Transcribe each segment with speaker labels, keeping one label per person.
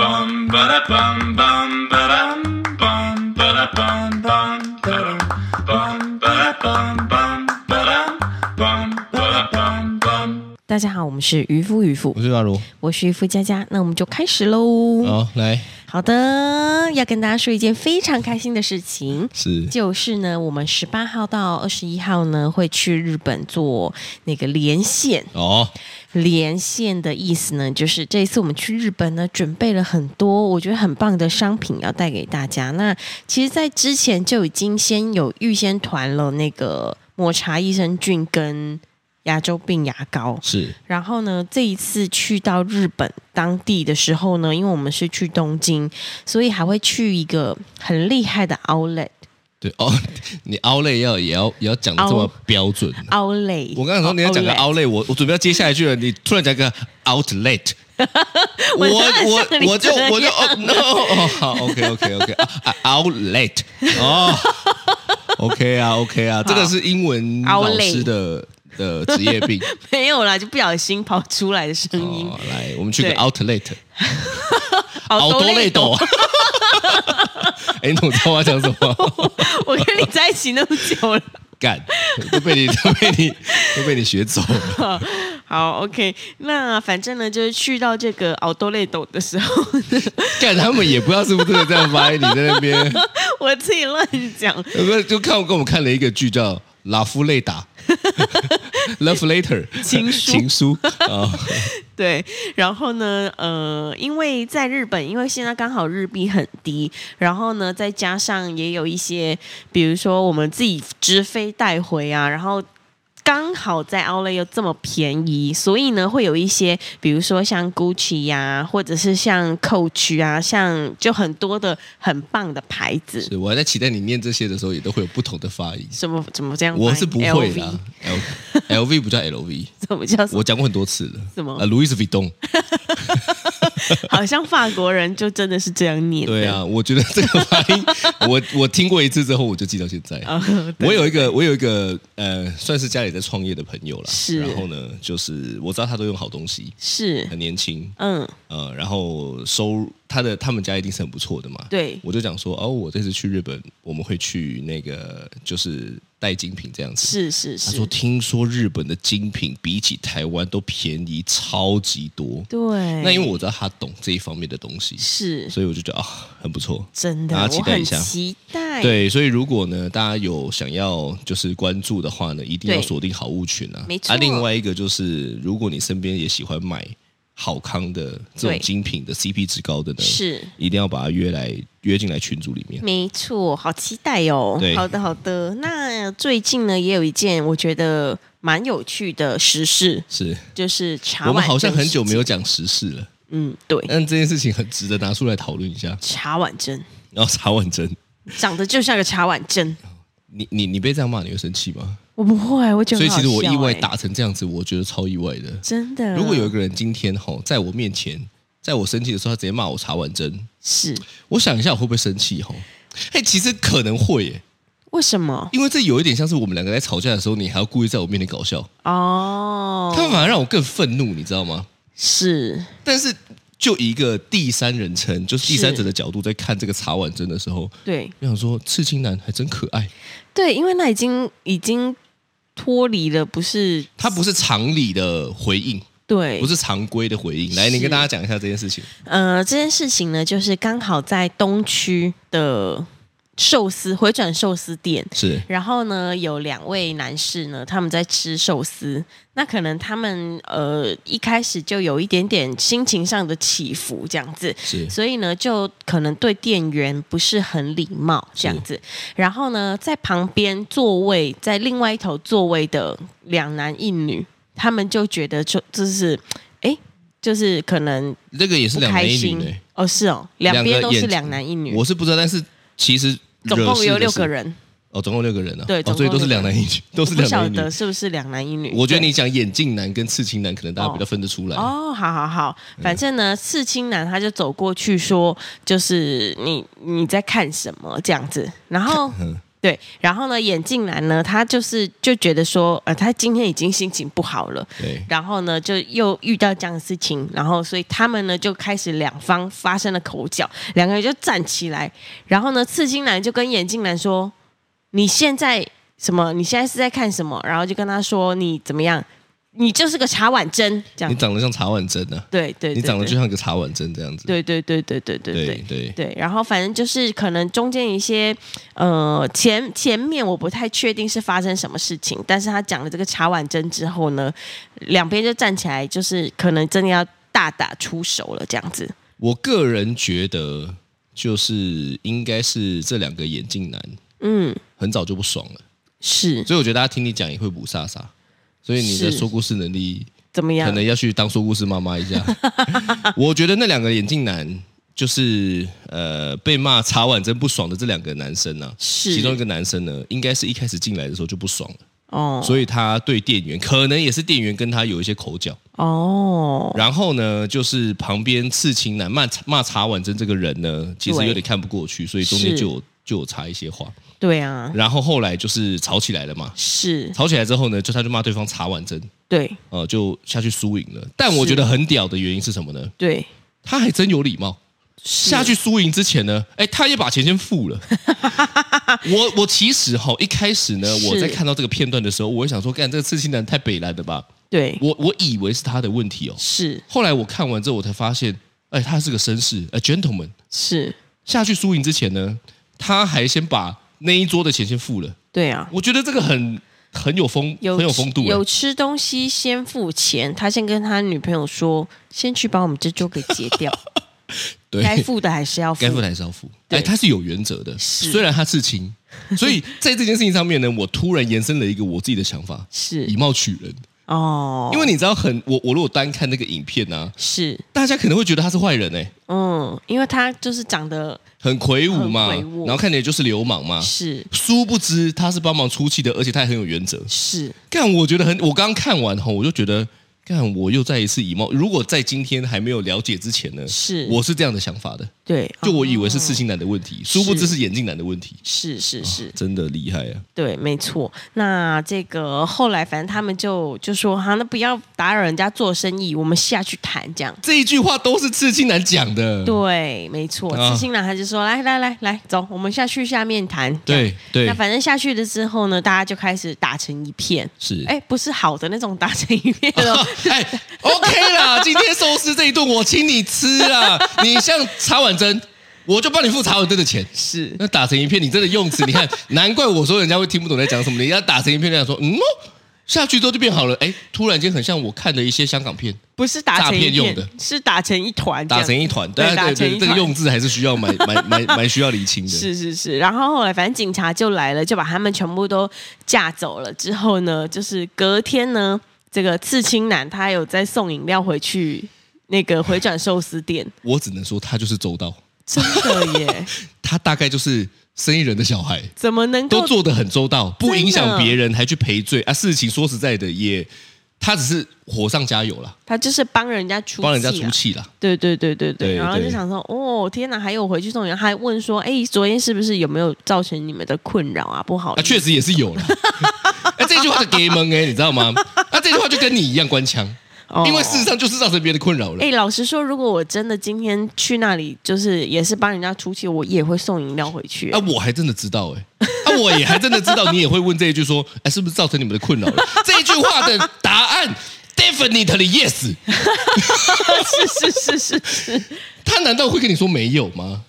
Speaker 1: bum ba da bum bum ba dum bum ba da bum bum ba dum bum ba da bum bum ba dum bum ba da bum bum.
Speaker 2: 大家好，我们是渔夫渔妇
Speaker 1: 嗯
Speaker 3: 我，是大如，
Speaker 2: 我是渔夫佳佳，那我们就开始喽。
Speaker 3: 好来
Speaker 2: 好的，要跟大家说一件非常开心的事情，
Speaker 3: 是
Speaker 2: 就是呢，我们十八号到二十一号呢会去日本做那个连线。
Speaker 3: 哦，
Speaker 2: 连线的意思呢，就是这一次我们去日本呢，准备了很多我觉得很棒的商品要带给大家。那其实，在之前就已经先有预先团了那个抹茶益生菌跟牙周病牙膏，
Speaker 3: 是
Speaker 2: 然后呢，这一次去到日本当地的时候呢，因为我们是去东京，所以还会去一个很厉害的 outlet
Speaker 3: 对哦， 你凹类要也要也要讲的这
Speaker 2: 凹
Speaker 3: 么标准。
Speaker 2: 哦 outlet。
Speaker 3: 我刚才说你要讲个凹类，我我准备要接下一句了，你突然讲个 outlet，我我
Speaker 2: 像你
Speaker 3: 我就
Speaker 2: 这样
Speaker 3: 我就哦 no，哦好 OK OK OK outlet 哦 OK 啊 OK 啊，这个是英文老师的的职业 病。
Speaker 2: 没有啦，就不小心跑出来的声音
Speaker 3: 哦，来，我们去个
Speaker 2: 对
Speaker 3: outlet。
Speaker 2: 好
Speaker 3: 好多
Speaker 2: 累
Speaker 3: 累
Speaker 2: 懂
Speaker 3: 斗。 哎，你怎么知道我要讲什么？
Speaker 2: 我跟你在一起那么久了。
Speaker 3: 干，都被你都被你都被你学走了。
Speaker 2: 好，OK，那反正呢，就是去到这个奥多累斗的时候 呢，
Speaker 3: 干，他们也不知道是不是真的这样发音。你在那边，
Speaker 2: 我自己乱讲，
Speaker 3: 有没有就看我跟我们看了一个剧叫《拉夫雷 达》，Love Later，
Speaker 2: 情书
Speaker 3: 情书啊，
Speaker 2: 对，然后呢，呃，因为在日本，因为现在刚好日币很低，然后呢，再加上也有一些，比如说我们自己直飞带回啊，然后。刚好在 Outlet 又这么便宜，所以呢，会有一些，比如说像 Gucci 呀、或者是像 Coach 啊，像就很多的很棒的牌子，
Speaker 3: 是我还在期待你念这些的时候，也都会有不同的发音。
Speaker 2: 什么怎么这样翻译？
Speaker 3: 我是不会
Speaker 2: LV
Speaker 3: 啦，L LV 不叫 LV，
Speaker 2: 怎么叫什么
Speaker 3: 我讲过很多次了。
Speaker 2: 什么
Speaker 3: 啊，Louis Vuitton。
Speaker 2: 好像法国人就真的是这样念的。
Speaker 3: 对啊，我觉得这个发音，我 我听过一次之后，我就记到现在。
Speaker 2: 啊，
Speaker 3: 我有一个，我有一个，呃，算是家里在创业的朋友啦。
Speaker 2: 是
Speaker 3: 然后呢，就是我知道他都用好东西，
Speaker 2: 是
Speaker 3: 很年轻，
Speaker 2: 嗯，
Speaker 3: 呃，然后收入他的他们家一定是很不错的嘛。
Speaker 2: 对
Speaker 3: 我就讲说，哦，我这次去日本，我们会去那个就是带精品这样子。
Speaker 2: 是是
Speaker 3: 他说，
Speaker 2: 是，
Speaker 3: 听说日本的精品比起台湾都便宜超级多。
Speaker 2: 对。
Speaker 3: 那因为我知道他懂这一方面的东西，
Speaker 2: 是
Speaker 3: 所以我就觉得啊、很不错。
Speaker 2: 真的，
Speaker 3: 大家期
Speaker 2: 我
Speaker 3: 待一
Speaker 2: 很
Speaker 3: 下
Speaker 2: 期待。
Speaker 3: 对，所以如果呢，大家有想要就是关注的话呢，一定要
Speaker 2: 对
Speaker 3: 锁定好物群啊。
Speaker 2: 没错
Speaker 3: 啊，另外一个就是，如果你身边也喜欢买好康的这
Speaker 2: 对
Speaker 3: 种精品的 CP 值高的呢，
Speaker 2: 是
Speaker 3: 一定要把它约来约进来群组里面。
Speaker 2: 没错，好期待哦
Speaker 3: 对！
Speaker 2: 好的，好的。那最近呢，也有一件我觉得蛮有趣的时事，
Speaker 3: 是
Speaker 2: 就是茶
Speaker 3: 我
Speaker 2: 碗
Speaker 3: 们好像
Speaker 2: 蒸
Speaker 3: 很
Speaker 2: 事
Speaker 3: 久没有
Speaker 2: 件，
Speaker 3: 讲时事了，
Speaker 2: 嗯，对，
Speaker 3: 但这件事情很值得拿出来讨论一下。
Speaker 2: 茶碗蒸
Speaker 3: 然后茶碗蒸，
Speaker 2: 长得就像个茶碗 蒸，
Speaker 3: 你你你被这样骂，你会生气吗？
Speaker 2: 我不会，我觉得
Speaker 3: 所以
Speaker 2: 很
Speaker 3: 其实
Speaker 2: 好
Speaker 3: 我
Speaker 2: 笑嗯
Speaker 3: 意外
Speaker 2: 欸
Speaker 3: 打成这样子，我觉得超意外的。
Speaker 2: 真的。
Speaker 3: 如果有一个人今天吼、在我面前，在我生气的时候，他直接骂我茶碗蒸，
Speaker 2: 是
Speaker 3: 我想一下，我会不会生气？吼，哎，其实可能会耶，
Speaker 2: 为什么？
Speaker 3: 因为这有一点像是我们两个在吵架的时候，你还要故意在我面前搞笑，
Speaker 2: 哦，
Speaker 3: 他反而让我更愤怒，你知道吗？
Speaker 2: 是
Speaker 3: 但是就以一个第三人称，就是第三
Speaker 2: 是
Speaker 3: 者的角度在看这个茶碗蒸的时候，
Speaker 2: 对
Speaker 3: 我想说，刺青男还真可爱，
Speaker 2: 对，因为那已经已经脱离了，不是
Speaker 3: 他不是常理的回应，
Speaker 2: 对，
Speaker 3: 不是常规的回应。来，你
Speaker 2: 是
Speaker 3: 跟大家讲一下这件事情。
Speaker 2: 呃，这件事情呢，就是刚好在东区的寿司回转寿司店，
Speaker 3: 是
Speaker 2: 然后呢，有两位男士呢，他们在吃寿司。那可能他们呃一开始就有一点点心情上的起伏，这样子，
Speaker 3: 是
Speaker 2: 所以呢，就可能对店员不是很礼貌这样子。然后呢，在旁边座位，在另外一头座位的两男一女，他们就觉得就就是，哎，就是可能
Speaker 3: 这个也是
Speaker 2: 不
Speaker 3: 两
Speaker 2: 开
Speaker 3: 男一女
Speaker 2: 心
Speaker 3: 呢、
Speaker 2: 哦，是哦，两
Speaker 3: 两
Speaker 2: 边
Speaker 3: 个
Speaker 2: 都是
Speaker 3: 眼
Speaker 2: 两男一女，
Speaker 3: 我是不知道，但是其实
Speaker 2: 总
Speaker 3: 惹
Speaker 2: 共
Speaker 3: 事
Speaker 2: 有
Speaker 3: 的
Speaker 2: 六
Speaker 3: 是
Speaker 2: 个人，
Speaker 3: 哦，总共六个人啊，
Speaker 2: 对
Speaker 3: 哦，所以都是两男一女，都是
Speaker 2: 我不
Speaker 3: 两
Speaker 2: 晓
Speaker 3: 男一女
Speaker 2: 得。是不是两男一女。
Speaker 3: 我觉得
Speaker 2: 对
Speaker 3: 你讲眼镜男跟刺青男，可能大家比较分得出来。
Speaker 2: 哦，好好好，
Speaker 3: 嗯
Speaker 2: 反正呢，刺青男他就
Speaker 3: 嗯
Speaker 2: 走过去说，就是你你在看什么这样子，然后对，然后呢，眼镜男呢，他就是就觉得说，呃，他今天已经心情不好了，
Speaker 3: 对，
Speaker 2: 然后呢，就又遇到这样的事情，然后所以他们呢就开始两方发生了口角，两个人就站起来，然后呢，刺青男就跟眼镜男说：“你现在什么？你现在是在看什么？”然后就跟他说：“你怎么样？你就是个茶碗蒸。”这
Speaker 3: 你
Speaker 2: 样，
Speaker 3: 长得像茶碗蒸啊，
Speaker 2: 对对，
Speaker 3: 你
Speaker 2: 对
Speaker 3: 长得
Speaker 2: 对
Speaker 3: 就像一个茶碗蒸这样子。
Speaker 2: 对对对对对对对
Speaker 3: 对对
Speaker 2: 对，然后反正就是可能中间一些呃前前面我不太确定是发生什么事情，但是他讲了这个茶碗针之后呢，两边就站起来，就是可能真的要大打出手了这样子。
Speaker 3: 我个人觉得，就是应该是这两个眼镜男
Speaker 2: 嗯，
Speaker 3: 很早就不爽了，
Speaker 2: 是
Speaker 3: 所以我觉得大家听你讲也会不飒飒，所以你的
Speaker 2: 是
Speaker 3: 说故事能力
Speaker 2: 怎么
Speaker 3: 可
Speaker 2: 样？
Speaker 3: 能要去当说故事妈妈一 下。我觉得那两个眼镜男。就是呃，被骂茶碗蒸不爽的这两个男生呢、啊，
Speaker 2: 是
Speaker 3: 其中一个男生呢，应该是一开始进来的时候就不爽了，
Speaker 2: 哦
Speaker 3: 所以他对店员可能也是店员跟他有一些口角。
Speaker 2: 哦，
Speaker 3: 然后呢，就是旁边刺青男骂骂茶碗蒸这个人呢，其实有点看不过去，所以中间
Speaker 2: 是
Speaker 3: 就有就有插一些话。
Speaker 2: 对啊，
Speaker 3: 然后后来就是吵起来了嘛，
Speaker 2: 是
Speaker 3: 吵起来之后呢，就他就骂对方茶碗蒸，
Speaker 2: 对
Speaker 3: 呃，就下去输赢了。但我觉得很屌的原因是什么呢？
Speaker 2: 对
Speaker 3: 他还真有礼貌。下去输赢之前呢，哎，他也把钱先付 了。我我其实哈、一开始呢，
Speaker 2: 是
Speaker 3: 我在看到这个片段的时候，我会想说，干这个刺青男太北蓝了吧？
Speaker 2: 对
Speaker 3: 我我以为是他的问题哦，
Speaker 2: 是
Speaker 3: 后来我看完之后，我才发现，哎，他是个绅士，呃，gentleman。
Speaker 2: 是，
Speaker 3: 下去输赢之前呢，他还先把那一桌的钱先付了。
Speaker 2: 对啊。
Speaker 3: 我觉得这个很很有风，
Speaker 2: 有
Speaker 3: 很有风度。欸
Speaker 2: 有吃东西先付钱，他先跟他女朋友说，先去把我们这桌给结掉，
Speaker 3: 对，
Speaker 2: 该付的还是要付。
Speaker 3: 该付的还是要付。
Speaker 2: 对
Speaker 3: 哎，他是有原则的，
Speaker 2: 是
Speaker 3: 虽然他 刺青，所以在这件事情上面呢，我突然延伸了一个我自己的想法，以
Speaker 2: 是
Speaker 3: 貌取人。
Speaker 2: 哦，
Speaker 3: 因为你知道很，我我如果单看那个影片啊，
Speaker 2: 是
Speaker 3: 大家可能会觉得他是坏人哎、
Speaker 2: 嗯，因为他就是长得
Speaker 3: 很魁梧嘛，
Speaker 2: 很魁梧
Speaker 3: 然后看起来就是流氓嘛。
Speaker 2: 是
Speaker 3: 殊不知他是帮忙出气的，而且他也很有原则。
Speaker 2: 是
Speaker 3: 干，我觉得很，我刚刚看完吼，我就觉得，干，我又再一次以貌。如果在今天还没有了解之前呢，
Speaker 2: 是，
Speaker 3: 我是这样的想法的，
Speaker 2: 对，
Speaker 3: 就我以为
Speaker 2: 哦
Speaker 3: 是刺青男的问题，殊不知是眼镜男的问题，
Speaker 2: 是
Speaker 3: 啊
Speaker 2: 是是，
Speaker 3: 真的厉害啊！
Speaker 2: 对，没错。那这个后来反正他们就就说，哈，那不要打扰人家做生意，我们下去谈这样。
Speaker 3: 这一句话都是刺青男讲的，
Speaker 2: 对，没错。
Speaker 3: 啊
Speaker 2: 知青男孩就说：“来来来来，走，我们下去下面谈。”这样
Speaker 3: 对对
Speaker 2: 那，反正下去了之后呢，大家就开始打成一片。
Speaker 3: 是。
Speaker 2: 哎，不是好的那种打成一片 哦，
Speaker 3: 哎，OK 啦，今天寿司这一顿我请你吃啦，你像茶碗蒸，我就帮你付茶碗蒸的钱。
Speaker 2: 是
Speaker 3: 那打成一片，你真的用词，你看， 难怪我说人家会听不懂在讲什么。你要打成一片，人家说，嗯、哦，下去之后就变好了。哎，突然间很像我看的一些香港片，
Speaker 2: 不是打成一
Speaker 3: 诈骗
Speaker 2: 片
Speaker 3: 用的
Speaker 2: 是打成一团这
Speaker 3: 打
Speaker 2: 样，
Speaker 3: 成一团。
Speaker 2: 对
Speaker 3: 对对
Speaker 2: 打成一团
Speaker 3: 对，这个用字还是需要 蛮蛮蛮蛮需要理清的。
Speaker 2: 是是是，然后后来反正警察就来了，就把他们全部都架走了。之后呢，就是隔天呢，这个刺青男他有在送饮料回去那个回转寿司 店，
Speaker 3: 我只能说他就是周到，
Speaker 2: 真的耶，
Speaker 3: 他大概就是生意人的小孩。
Speaker 2: 怎么能够
Speaker 3: 都做得很周到，不影
Speaker 2: 真的
Speaker 3: 响别人，还去赔罪啊！事情说实在的也，他只是火上加油啦，
Speaker 2: 他就是帮人家出气、啊，
Speaker 3: 帮人家出气啦。
Speaker 2: 对对对对对，
Speaker 3: 对
Speaker 2: 然后就
Speaker 3: 对
Speaker 2: 想说，哦天哪，还有回去送人，还问说，哎，昨天是不是有没有造成你们的困扰啊？不好
Speaker 3: 啊，
Speaker 2: 意思，
Speaker 3: 确实也是 有啦。那、这句话就 gay 蒙哎，你知道吗？那、这句话就跟你一样官腔，
Speaker 2: 哦
Speaker 3: 因为事实上就是造成别人的困扰 了。
Speaker 2: 哎、老实说，如果我真的今天去那里，就是也是帮人家出气，我也会送饮料回去。
Speaker 3: 啊，我还真的知道哎、啊，我也还真的知道，你也会问这一 句说，哎、是不是造成你们的困扰了？这一句话的答案 definitely yes。
Speaker 2: 是是是是是，
Speaker 3: 他难道会跟你说没有吗？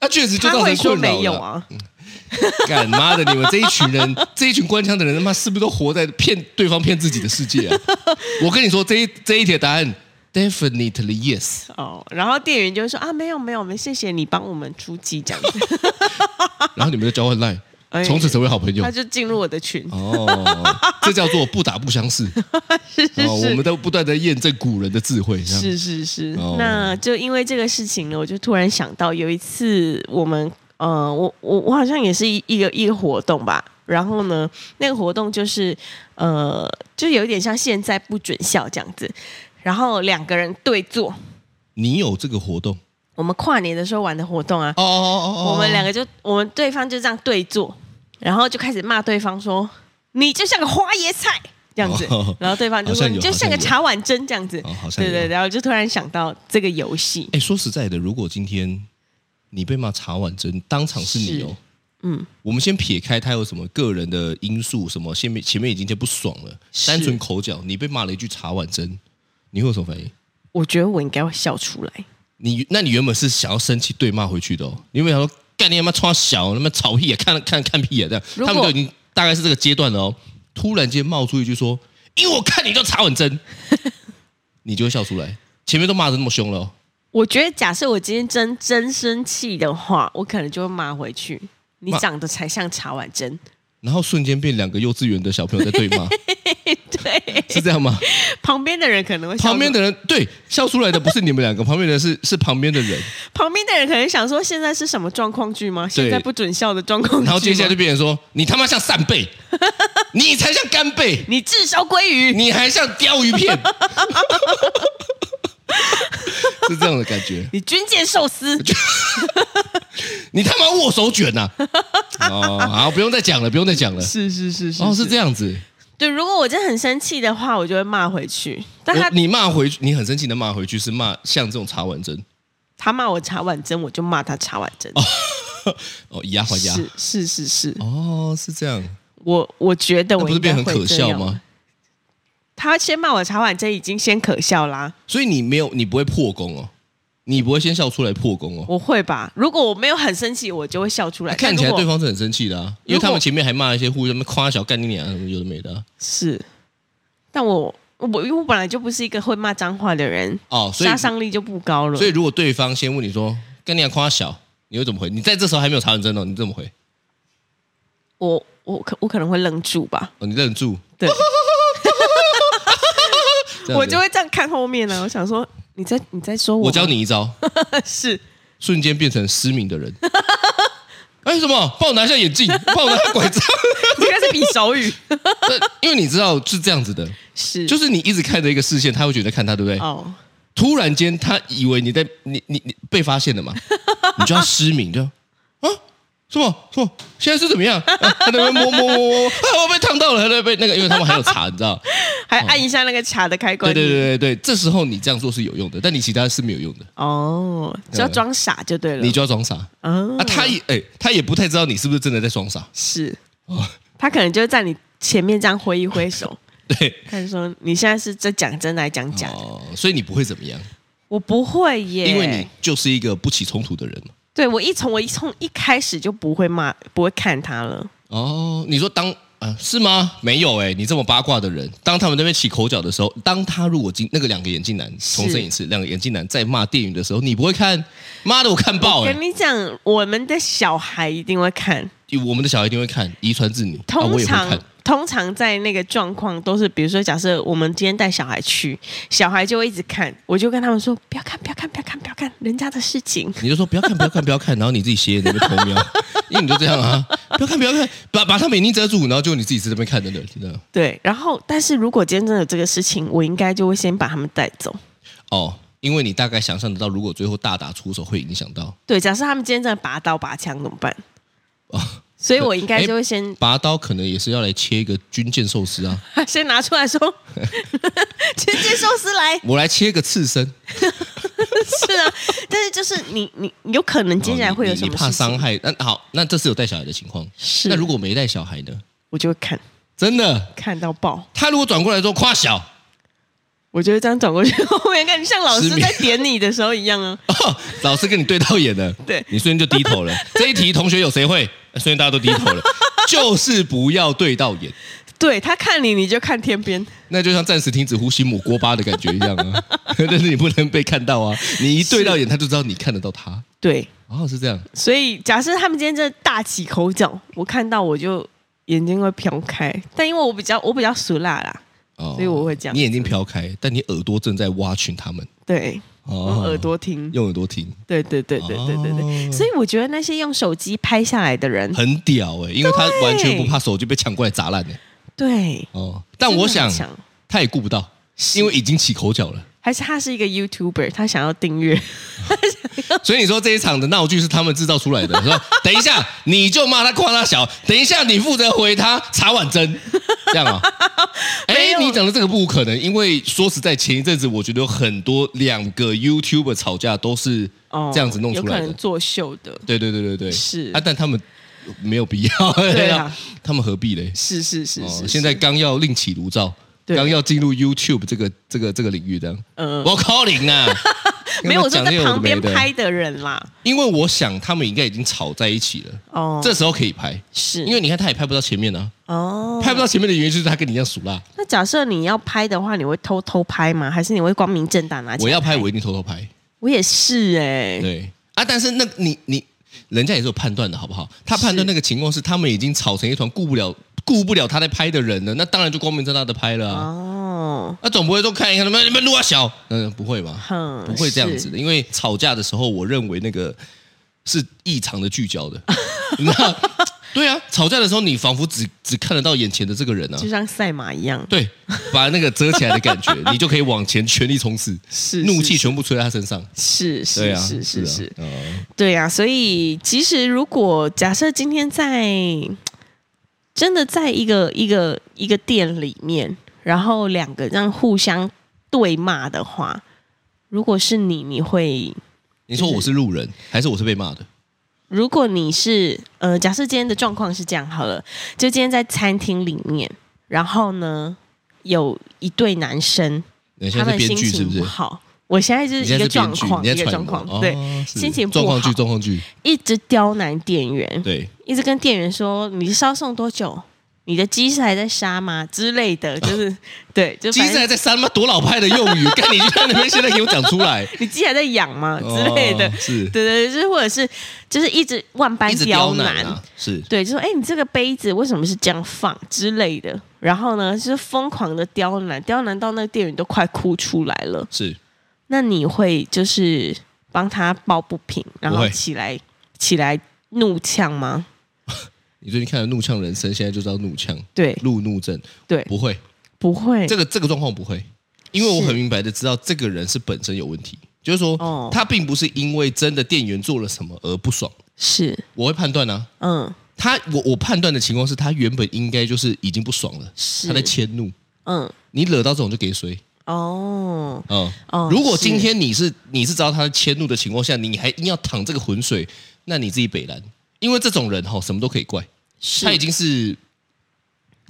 Speaker 3: 那、确 实就
Speaker 2: 他
Speaker 3: 造
Speaker 2: 会
Speaker 3: 成
Speaker 2: 说
Speaker 3: 困
Speaker 2: 没
Speaker 3: 扰了。嗯
Speaker 2: 有啊？
Speaker 3: 干妈的，你们这一群人， 这一群官腔的人，他妈是不是都活在骗对方骗自己的世界啊？我跟你说，这一这一题的答案 definitely yes。
Speaker 2: 哦，然后店员就会说啊，没有没有，我们谢谢你帮我们出气这样 子，
Speaker 3: 然后你们就交换 line，
Speaker 2: 哎
Speaker 3: 从此成为好朋友
Speaker 2: 他。就进入我的群。
Speaker 3: 哦，这叫做不打不相识。
Speaker 2: 是是
Speaker 3: 哦，我
Speaker 2: 是
Speaker 3: 们。都不断的验证古人的智慧。这样
Speaker 2: 是是是，
Speaker 3: 哦
Speaker 2: 那就因为这个事情呢，我就突然想到有一次我们，呃，我我我好像也是一一个一个活动吧，然后呢，那个活动就是，呃，就有一点像现在不准笑这样子，然后两个人对坐，
Speaker 3: 你有这个活动？
Speaker 2: 我们跨年的时候玩的活动啊，
Speaker 3: 哦哦哦哦
Speaker 2: 我们两
Speaker 3: 个
Speaker 2: 个就我们对方就这样对坐，然后就开始骂对方说：“你就像个花椰菜。”这样子
Speaker 3: 哦，
Speaker 2: 然后对方就
Speaker 3: 好
Speaker 2: 说
Speaker 3: 像有
Speaker 2: 你就像个
Speaker 3: 好像有
Speaker 2: 茶碗蒸这样子
Speaker 3: 哦好，像
Speaker 2: 对
Speaker 3: 有
Speaker 2: 对，然后就突然想到这个游戏，
Speaker 3: 哎，说实在的，如果今天你被骂茶碗蒸，当场是你
Speaker 2: 是
Speaker 3: 哦。
Speaker 2: 嗯，
Speaker 3: 我们先撇开他有什么个人的因素，什么前面前面已经就不爽了，
Speaker 2: 是
Speaker 3: 单纯口角，你被骂了一句茶碗蒸，你会有什么反应？
Speaker 2: 我觉得我应该会笑出来。
Speaker 3: 你那你原本是想要生气对骂回去的哦，你有没有想说干你他妈穿小他妈吵屁啊，看看看屁啊这样？
Speaker 2: 如果
Speaker 3: 他们都已经大概是这个阶段了哦，突然间冒出一句说，因为我看你就查碗 针，你就会笑出来。前面都骂的那么凶了哦、
Speaker 2: 我觉得假设我今天真真生气的话，我可能就会骂回去。你
Speaker 3: 骂
Speaker 2: 长得才像茶碗蒸，
Speaker 3: 然后瞬间变两个幼稚园的小朋友在对骂，
Speaker 2: 对，
Speaker 3: 是这样吗？
Speaker 2: 旁边的人可能会想
Speaker 3: 旁边的人对笑出来的不是你们两个，旁边的人是是旁边 的人，
Speaker 2: 旁边的人可能想说，现在是什么状况剧吗？现在不准笑的状况剧吗。
Speaker 3: 然后接下来就变成说你他妈像扇 贝，你才像干贝，
Speaker 2: 你炙烧鲑 鱼，
Speaker 3: 你还像鲷鱼片， 是这样的感觉。
Speaker 2: 你军舰寿司，
Speaker 3: 你他妈握手卷呐、哦，好，不用再讲了，不用再讲了。
Speaker 2: 是是是是
Speaker 3: 哦， 是这样子。
Speaker 2: 对，如果我真的很生气的话，我就会骂回去。但他
Speaker 3: 我你骂回去，你很生气的骂回去是骂像这种茶碗针
Speaker 2: 他骂我茶碗蒸，我就骂他茶碗蒸。
Speaker 3: 哦，以牙还牙。
Speaker 2: 是是是是，
Speaker 3: 哦，是这样，
Speaker 2: 我我觉得
Speaker 3: 那
Speaker 2: 我
Speaker 3: 不是
Speaker 2: 应
Speaker 3: 变
Speaker 2: 该
Speaker 3: 很
Speaker 2: 会
Speaker 3: 可
Speaker 2: 这
Speaker 3: 笑
Speaker 2: 样
Speaker 3: 吗？？
Speaker 2: 他先骂我茶碗蒸，已经先可笑啦。
Speaker 3: 所以你没有，你不会破功哦，你不会先笑出来破功哦。
Speaker 2: 我会吧？如果我没有很生气，我就会笑出来。
Speaker 3: 看起来
Speaker 2: 但如果
Speaker 3: 对方是很生气的啊，因为他们前面还骂一些互相夸小干你娘什么有的没的啊、
Speaker 2: 是，但我我因为我本来就不是一个会骂脏话的人，
Speaker 3: 哦，所以
Speaker 2: 杀伤力就不高了。
Speaker 3: 所以如果对方先问你说“跟你俩夸小”，你会怎么回？你在这时候还没有查认真哦，你怎么回？
Speaker 2: 我我可我可能会愣住吧。
Speaker 3: 哦，你忍住，
Speaker 2: 对，
Speaker 3: 这样子
Speaker 2: 我就会这样看后面啊呢、我想说，你在你在说我吗，
Speaker 3: 我教你一招，
Speaker 2: 是
Speaker 3: 瞬间变成失明的 人。哎，什么？帮我拿下眼镜，帮我拿 下拐杖。
Speaker 2: 这个是比手语，
Speaker 3: 那因为你知道是这样子的，
Speaker 2: 是
Speaker 3: 就是你一直看着一个视线，他会觉得看他，对不对？
Speaker 2: 哦，
Speaker 3: 突然间，他以为你在你你你被发现 了嘛，你就要失明，就啊什么什么，现在是怎么样？啊、他在那边摸摸摸摸，啊我被烫到了，他在被那个，因为他们还有查，你知道。
Speaker 2: 还按一下那个卡的开关
Speaker 3: 对
Speaker 2: 键，
Speaker 3: 哦对对对对，这时候你这样做是有用的，但你其他是没有用的，
Speaker 2: 哦，只要装傻就对了，
Speaker 3: 你就要装傻
Speaker 2: 啊
Speaker 3: 啊！他也哎，他也不太知道你是不是真的在装傻，
Speaker 2: 是
Speaker 3: 哦，
Speaker 2: 他可能就在你前面这样挥一挥 手，
Speaker 3: 对
Speaker 2: 他就说你现在是在讲真的还讲假的？
Speaker 3: 哦，所以你不会怎么样，
Speaker 2: 我不会耶，
Speaker 3: 因为你就是一个不起冲突的人嘛。
Speaker 2: 对我一从我一从一开始就不会骂，不会看他了。
Speaker 3: 哦，你说当啊是吗？没有哎，你这么八卦的人，当他们那边起口角的时候，当他如果今那个两个眼镜男重申一次，两个眼镜男在骂店员的时候，你不会看，妈的我看爆哎
Speaker 2: 跟，你讲，我们的小孩一定会看，
Speaker 3: 我们的小孩一定会看，遗传至你，啊
Speaker 2: 通
Speaker 3: 我也会
Speaker 2: 常、
Speaker 3: 看，
Speaker 2: 通常在那个状况都是，比如说假设我们今天带小孩去，小孩就会一直看，我就跟他们说不要看，不要看，不要看，不要看人家的事 情。
Speaker 3: 你就说不要看，不要看，不要看，然后你自己斜眼在那边偷瞄，因为你就这样啊，不要看，不要看，把把他们眼睛遮住，然后就你自己在那边看着的，真的
Speaker 2: 对，然后但是如果今天真的有这个事情，我应该就会先把他们带走。
Speaker 3: 哦，因为你大概想象得到，如果最后大打出手会影响到
Speaker 2: 对，假设他们今天真的拔刀拔枪怎么办？
Speaker 3: 哦，
Speaker 2: 所以我应该
Speaker 3: 哎
Speaker 2: 就会 先
Speaker 3: 拔刀可能也是要来切一个军舰寿司啊，
Speaker 2: 先拿出来说， 全接寿司 来。
Speaker 3: 我来切个刺身，
Speaker 2: 是啊，但是就是你你你有可能接下来会有
Speaker 3: 哦你
Speaker 2: 什
Speaker 3: 你
Speaker 2: 么
Speaker 3: 你怕
Speaker 2: 事情？
Speaker 3: 伤害？那好，那这是有带小孩的情况，
Speaker 2: 是
Speaker 3: 那如果没带小孩呢？
Speaker 2: 我就会看
Speaker 3: 真的，
Speaker 2: 看到爆，
Speaker 3: 他如果转过来说夸小，
Speaker 2: 我就会这样转过去，后面看，像老
Speaker 3: 失
Speaker 2: 师
Speaker 3: 眠
Speaker 2: 在点你的时候一样啊。
Speaker 3: 哦， 老师跟你对到眼了，
Speaker 2: 对
Speaker 3: 你瞬间就低头 了。这一题同学有谁会？呃瞬间大家都低头了，就是不要对到眼，
Speaker 2: 对他看你，你就看天边，
Speaker 3: 那就像暂时停止呼吸母锅巴的感觉一 样啊。但是你不能被看到啊，你一对到眼，他就知道你看得到他。
Speaker 2: 对，
Speaker 3: 哦，是这样，
Speaker 2: 所以假设他们今天真的大起口角，我看到我就眼睛会飘开，但因为我比较我比较俗辣啦，
Speaker 3: 哦，
Speaker 2: 所以我会这样
Speaker 3: 你眼睛飘开，但你耳朵正在挖寻他们。
Speaker 2: 对，用
Speaker 3: 哦
Speaker 2: 耳朵听，
Speaker 3: 用耳朵听，
Speaker 2: 对对对对对对对，
Speaker 3: 哦
Speaker 2: 所以我觉得那些用手机拍下来的人，
Speaker 3: 很屌哎、因为他完全不怕手机被抢过来砸烂哎、
Speaker 2: 对，
Speaker 3: 哦，但我想
Speaker 2: 真的很强
Speaker 3: 他也顾不到，因为已经起口角了。
Speaker 2: 还是他是一个 YouTuber，他想要订阅？
Speaker 3: 所以你说这一场的闹剧是他们制造出来的？说 等一下你就骂他夸他小，等一下你负责回他查婉珍，这样 啊、
Speaker 2: 没
Speaker 3: 哎，
Speaker 2: 有
Speaker 3: 你讲的这个不可能，因为说实在，前一阵子我觉得有很多两个 YouTuber 吵架都是
Speaker 2: 哦，
Speaker 3: 这样子弄
Speaker 2: 有
Speaker 3: 出
Speaker 2: 可
Speaker 3: 来
Speaker 2: 能
Speaker 3: 的。
Speaker 2: 作秀的，
Speaker 3: 对对对对对，
Speaker 2: 是
Speaker 3: 啊，但他们没有必要，
Speaker 2: 对啊，
Speaker 3: 他们何必嘞？
Speaker 2: 是是是是
Speaker 3: 哦，
Speaker 2: 是
Speaker 3: 现在刚要另起炉灶，
Speaker 2: 对
Speaker 3: 刚要进入 YouTube 这个这个这个领域这样，
Speaker 2: 嗯
Speaker 3: 我 calling 啊，
Speaker 2: 没有，我是
Speaker 3: 跟他
Speaker 2: 在
Speaker 3: 讲这个
Speaker 2: 旁边
Speaker 3: 有的没的
Speaker 2: 拍的人啦。
Speaker 3: 因为我想他们应该已经吵在一起了，
Speaker 2: 哦，
Speaker 3: 这时候可以拍，
Speaker 2: 是
Speaker 3: 因为你看他也拍不到前面啊，
Speaker 2: 哦，
Speaker 3: 拍不到前面的原因就是他跟你一样熟啦。
Speaker 2: 那假设你要拍的话，你会偷偷拍吗？还是你会光明正大拿起来？
Speaker 3: 我要拍，我一定偷偷拍。
Speaker 2: 我也是哎、
Speaker 3: 对啊，但是那个你你人家也是有判断的好不好？他判断那个情况是他们已经吵成一团，顾不了顾不了他在拍的人了，那当然就光明正大的拍了啊。
Speaker 2: 哦，
Speaker 3: 那、总不会都看一看他们你们录啊小，嗯，不会吧？
Speaker 2: 哼，
Speaker 3: 不会这样子
Speaker 2: 是
Speaker 3: 的，因为吵架的时候，我认为那个是异常的聚焦的。 那对啊，吵架的时候你仿佛只只看得到眼前的这个人啊
Speaker 2: 就，像赛马一样，
Speaker 3: 对，把那个遮起来的感觉，你就可以往前全力冲刺，
Speaker 2: 是
Speaker 3: 怒气全部吹在他身上。
Speaker 2: 是是
Speaker 3: 对啊，
Speaker 2: 是是
Speaker 3: 啊
Speaker 2: 是，
Speaker 3: 哦
Speaker 2: 对呀、所以其实如果假设今天在真的在一个一个一个店里面，然后两个这样互相对骂的话，如果是你，你会
Speaker 3: 你说我是路人，还是我是被骂的？
Speaker 2: 如果你是呃，假设今天的状况是这样好了，就今天在餐厅里面，然后呢有一对男生，
Speaker 3: 你现
Speaker 2: 他
Speaker 3: 在
Speaker 2: 们
Speaker 3: 是编
Speaker 2: 心
Speaker 3: 剧是
Speaker 2: 情
Speaker 3: 不是
Speaker 2: 不？好。我现在就
Speaker 3: 你
Speaker 2: 是
Speaker 3: 现
Speaker 2: 一个
Speaker 3: 在是
Speaker 2: 状
Speaker 3: 编剧，
Speaker 2: 况，
Speaker 3: 你
Speaker 2: 一
Speaker 3: 在
Speaker 2: 个
Speaker 3: 揣
Speaker 2: 状
Speaker 3: 摩
Speaker 2: 况，
Speaker 3: 哦
Speaker 2: 对，
Speaker 3: 是
Speaker 2: 心情不
Speaker 3: 状况
Speaker 2: 好
Speaker 3: 剧，状况 剧，
Speaker 2: 一直刁难店员，
Speaker 3: 对，
Speaker 2: 一直跟店员说你是要送多久，你的鸡是还在杀吗之类 的，就是、对，就
Speaker 3: 鸡
Speaker 2: 反
Speaker 3: 仔
Speaker 2: 正
Speaker 3: 在三妈多老派的 用语，看你就在那边现在给我讲出来
Speaker 2: 你鸡还在养吗之类的，
Speaker 3: 哦是
Speaker 2: 对对，对就是或者是就是一直万般
Speaker 3: 一直
Speaker 2: 刁
Speaker 3: 难啊，是
Speaker 2: 对，就说哎、你这个杯子为什么是这样放之类的，然后呢，就是疯狂的刁难，刁难到那个店员都快哭出来了。
Speaker 3: 是，
Speaker 2: 那你会就是帮他抱不平，然
Speaker 3: 不
Speaker 2: 后
Speaker 3: 会
Speaker 2: 起来起来怒呛吗？
Speaker 3: 你最近看了《怒呛人生》，现在就知道怒呛
Speaker 2: 对
Speaker 3: 路怒症，
Speaker 2: 对，
Speaker 3: 不会，
Speaker 2: 不会，
Speaker 3: 这个这个状况不会，因为我
Speaker 2: 是
Speaker 3: 很明白的知道这个人是本身有问题，就是说、
Speaker 2: 哦
Speaker 3: 他并不是因为真的店员做了什么而不爽，
Speaker 2: 是
Speaker 3: 我会判断啊，
Speaker 2: 嗯
Speaker 3: 他我我判断的情况是他原本应该就是已经不爽了，
Speaker 2: 是
Speaker 3: 他在迁怒，
Speaker 2: 嗯
Speaker 3: 你惹到这种就给谁？
Speaker 2: 哦
Speaker 3: 嗯，
Speaker 2: 哦
Speaker 3: 如果
Speaker 2: 是
Speaker 3: 今天你是你是知道他在迁怒的情况下，你还硬要淌这个浑水，那你自己北蓝，因为这种人哈、什么都可以怪，
Speaker 2: 是
Speaker 3: 他已经是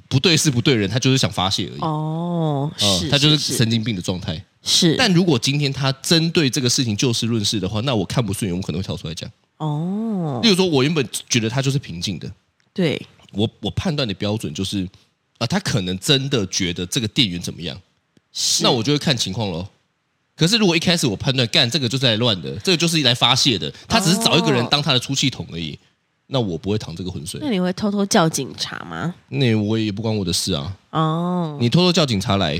Speaker 3: 不对事不对人，他就是想发泄而已。
Speaker 2: 哦
Speaker 3: 嗯
Speaker 2: 是，
Speaker 3: 他就是
Speaker 2: 是
Speaker 3: 神经病的状态。
Speaker 2: 是
Speaker 3: 但如果今天他针对这个事情就事论事的话，那我看不顺眼，我可能会跳出来讲。
Speaker 2: 哦
Speaker 3: 例如说，我原本觉得他就是平静的，
Speaker 2: 对
Speaker 3: 我我判断的标准就是啊、他可能真的觉得这个店员怎么样，
Speaker 2: 是
Speaker 3: 那我就会看情况喽。可是如果一开始我判断干这个就是来乱的，这个就是来发泄的，他只是找一个人
Speaker 2: 哦
Speaker 3: 当他的出气筒而已，那我不会淌这个浑水
Speaker 2: 那，你会偷偷叫警察吗？
Speaker 3: 那我也不关我的事啊。
Speaker 2: 哦
Speaker 3: 你偷偷叫警察来，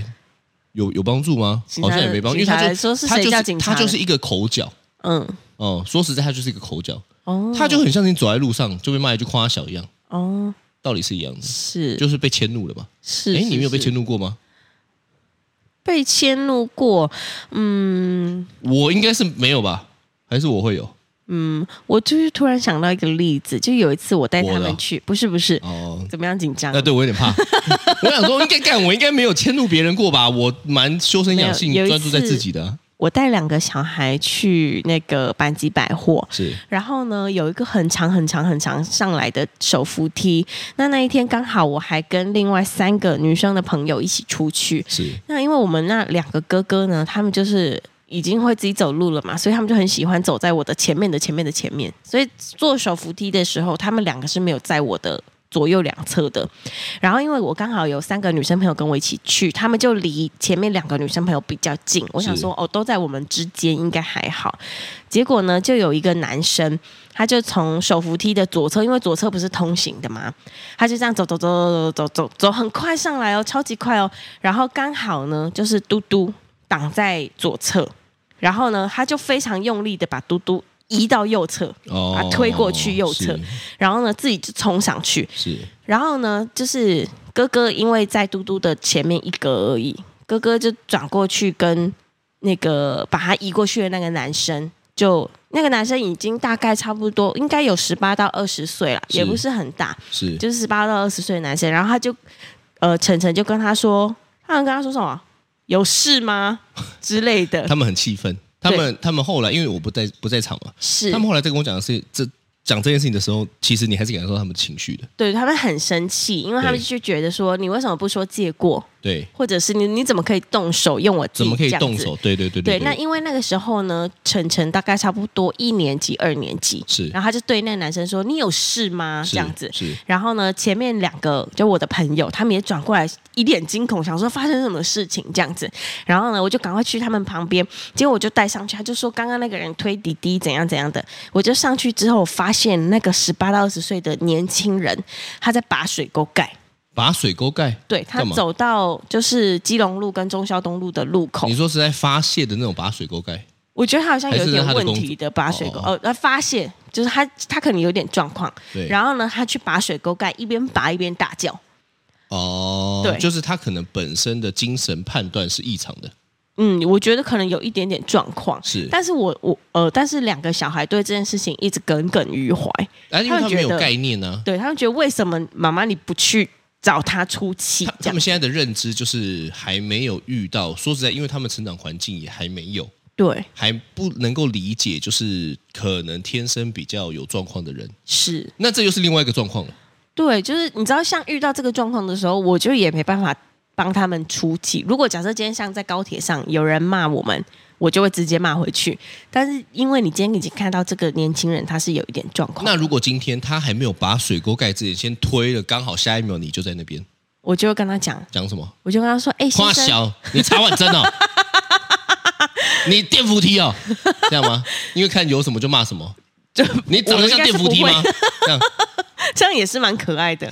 Speaker 3: 有有帮助吗？
Speaker 2: 警察
Speaker 3: 好像也没帮助，因为
Speaker 2: 警察
Speaker 3: 他就
Speaker 2: 来说是谁
Speaker 3: 他就
Speaker 2: 叫警察的
Speaker 3: 他就是一个口角。
Speaker 2: 嗯
Speaker 3: 哦、说实在，他就是一个口角，
Speaker 2: 哦
Speaker 3: 他就很像你走在路上就被骂一句夸他小一样，
Speaker 2: 哦
Speaker 3: 道理是一样的，
Speaker 2: 是
Speaker 3: 就是被迁怒了嘛。
Speaker 2: 是
Speaker 3: 哎，
Speaker 2: 是
Speaker 3: 你没有被
Speaker 2: 是
Speaker 3: 迁怒过吗？
Speaker 2: 被迁怒过，嗯
Speaker 3: 我应该是没有吧，还是我会有？
Speaker 2: 嗯，我就是突然想到一个例子，就有一次我带他
Speaker 3: 我的
Speaker 2: 们去，不是不是，
Speaker 3: 哦，
Speaker 2: 怎么样紧张
Speaker 3: 那？对我 有点怕。我想说，应该干，我应该没有迁怒别人过吧？我蛮修身养性
Speaker 2: 没有有，一
Speaker 3: 专注在
Speaker 2: 次
Speaker 3: 自己的啊、
Speaker 2: 我带两个小孩去那个班级百货，
Speaker 3: 是
Speaker 2: 然后呢，有一个很长很长很长上来的手扶梯。那那一天刚好我还跟另外三个女生的朋友一起出去。
Speaker 3: 是
Speaker 2: 那因为我们那两个哥哥呢，他们就是已经会自己走路了嘛，所以他们就很喜欢走在我的前面的前面的前面。所以坐手扶梯的时候，他们两个是没有在我的。左右两侧的，然后因为我刚好有三个女生朋友跟我一起去，他们就离前面两个女生朋友比较近。我想说，哦，都在我们之间，应该还好。结果呢，就有一个男生，他就从手扶梯的左侧，因为左侧不是通行的嘛，他就这样走走走走走走走，很快上来哦，超级快哦。然后刚好呢，就是嘟嘟挡在左侧，然后呢，他就非常用力的把嘟嘟移到右侧，
Speaker 3: 哦
Speaker 2: 把它，推过去右侧然后呢自己就冲上去，
Speaker 3: 是是
Speaker 2: 然后呢就是哥哥因为在嘟嘟的前面一格而已，哥哥就转过去跟。那个把他移过去的那个男生，就那个男生已经大概差不多应该有十八到二十岁了，
Speaker 3: 是
Speaker 2: 也不是很大，
Speaker 3: 是
Speaker 2: 就是十八到二十岁的男生。然后他就呃，晨晨就跟他说，他好像跟他说什么有事吗之类的，
Speaker 3: 他们很气愤，他们他们后来因为我不在不在场嘛，
Speaker 2: 是
Speaker 3: 他们后来在跟我讲的是这讲这件事情的时候，其实你还是感受到他们的情绪的，
Speaker 2: 对他们很生气，因为他们
Speaker 3: 对
Speaker 2: 就觉得说你为什么不说借过，
Speaker 3: 对，
Speaker 2: 或者是你你怎么可以动手用我自
Speaker 3: 怎
Speaker 2: 己
Speaker 3: 么可以
Speaker 2: 这样
Speaker 3: 动
Speaker 2: 子
Speaker 3: 手？对对对
Speaker 2: 对，那
Speaker 3: 对，
Speaker 2: 因为那个时候呢，晨晨大概差不多一年级、二年级，
Speaker 3: 是
Speaker 2: 然后他就对那个男生说：“你有事吗？”
Speaker 3: 是
Speaker 2: 这样子。
Speaker 3: 是
Speaker 2: 然后呢，前面两个就我的朋友，他们也转过来，一脸惊恐，想说发生什么事情这样子。然后呢，我就赶快去他们旁边，结果我就带上去，他就说刚刚那个人推滴滴怎样怎样的。我就上去之后，我发现那个十八到二十岁的年轻人，他在拔水沟盖。
Speaker 3: 把水沟盖，
Speaker 2: 对他
Speaker 3: 干嘛
Speaker 2: 走到就是基隆路跟忠孝东路的路口
Speaker 3: 你，说是在发泄的那种把水沟盖，
Speaker 2: 我觉得他好像有
Speaker 3: 还是
Speaker 2: 点
Speaker 3: 他的
Speaker 2: 问
Speaker 3: 工
Speaker 2: 题
Speaker 3: 作
Speaker 2: 的拔水沟，
Speaker 3: 哦
Speaker 2: 呃，他发泄就是他他可能有点状况，
Speaker 3: 对，
Speaker 2: 然后呢，他去拔水沟盖，一边拔一边大叫，
Speaker 3: 哦，
Speaker 2: 对
Speaker 3: 就是他可能本身的精神判断是异常的，
Speaker 2: 嗯，我觉得可能有一点点状况，
Speaker 3: 是
Speaker 2: 但是我我呃，但是两个小孩对这件事情一直耿耿于怀，
Speaker 3: 哎，因为
Speaker 2: 他
Speaker 3: 他
Speaker 2: 们
Speaker 3: 没
Speaker 2: 觉
Speaker 3: 有
Speaker 2: 得
Speaker 3: 概念啊呢、
Speaker 2: 对他们觉得为什么妈妈你不去找他出气
Speaker 3: 他
Speaker 2: 这
Speaker 3: 他
Speaker 2: 样
Speaker 3: 们？现在的认知就是还没有遇到，说实在，因为他们成长环境也还没有，
Speaker 2: 对，
Speaker 3: 还不能够理解，就是可能天生比较有状况的人，
Speaker 2: 是，
Speaker 3: 那这又是另外一个状况了。
Speaker 2: 对，就是你知道，像遇到这个状况的时候，我就也没办法帮他们出气。如果假设今天像在高铁上有人骂我们，我就会直接骂回去。但是因为你今天已经看到这个年轻人他是有一点状况，
Speaker 3: 那如果今天他还没有把水沟盖之前先推了，刚好下一秒你就在那边
Speaker 2: 我就会跟他讲，
Speaker 3: 讲什么？
Speaker 2: 我就跟他说：“哎、
Speaker 3: 夸
Speaker 2: 先生，
Speaker 3: 小，你查碗 针哦，你电扶梯哦，这样吗？因为看有什么就骂什么。
Speaker 2: 就
Speaker 3: 你长得像电扶梯
Speaker 2: 我应
Speaker 3: 吗
Speaker 2: 该是？
Speaker 3: 这样
Speaker 2: 这样也是蛮可爱 的。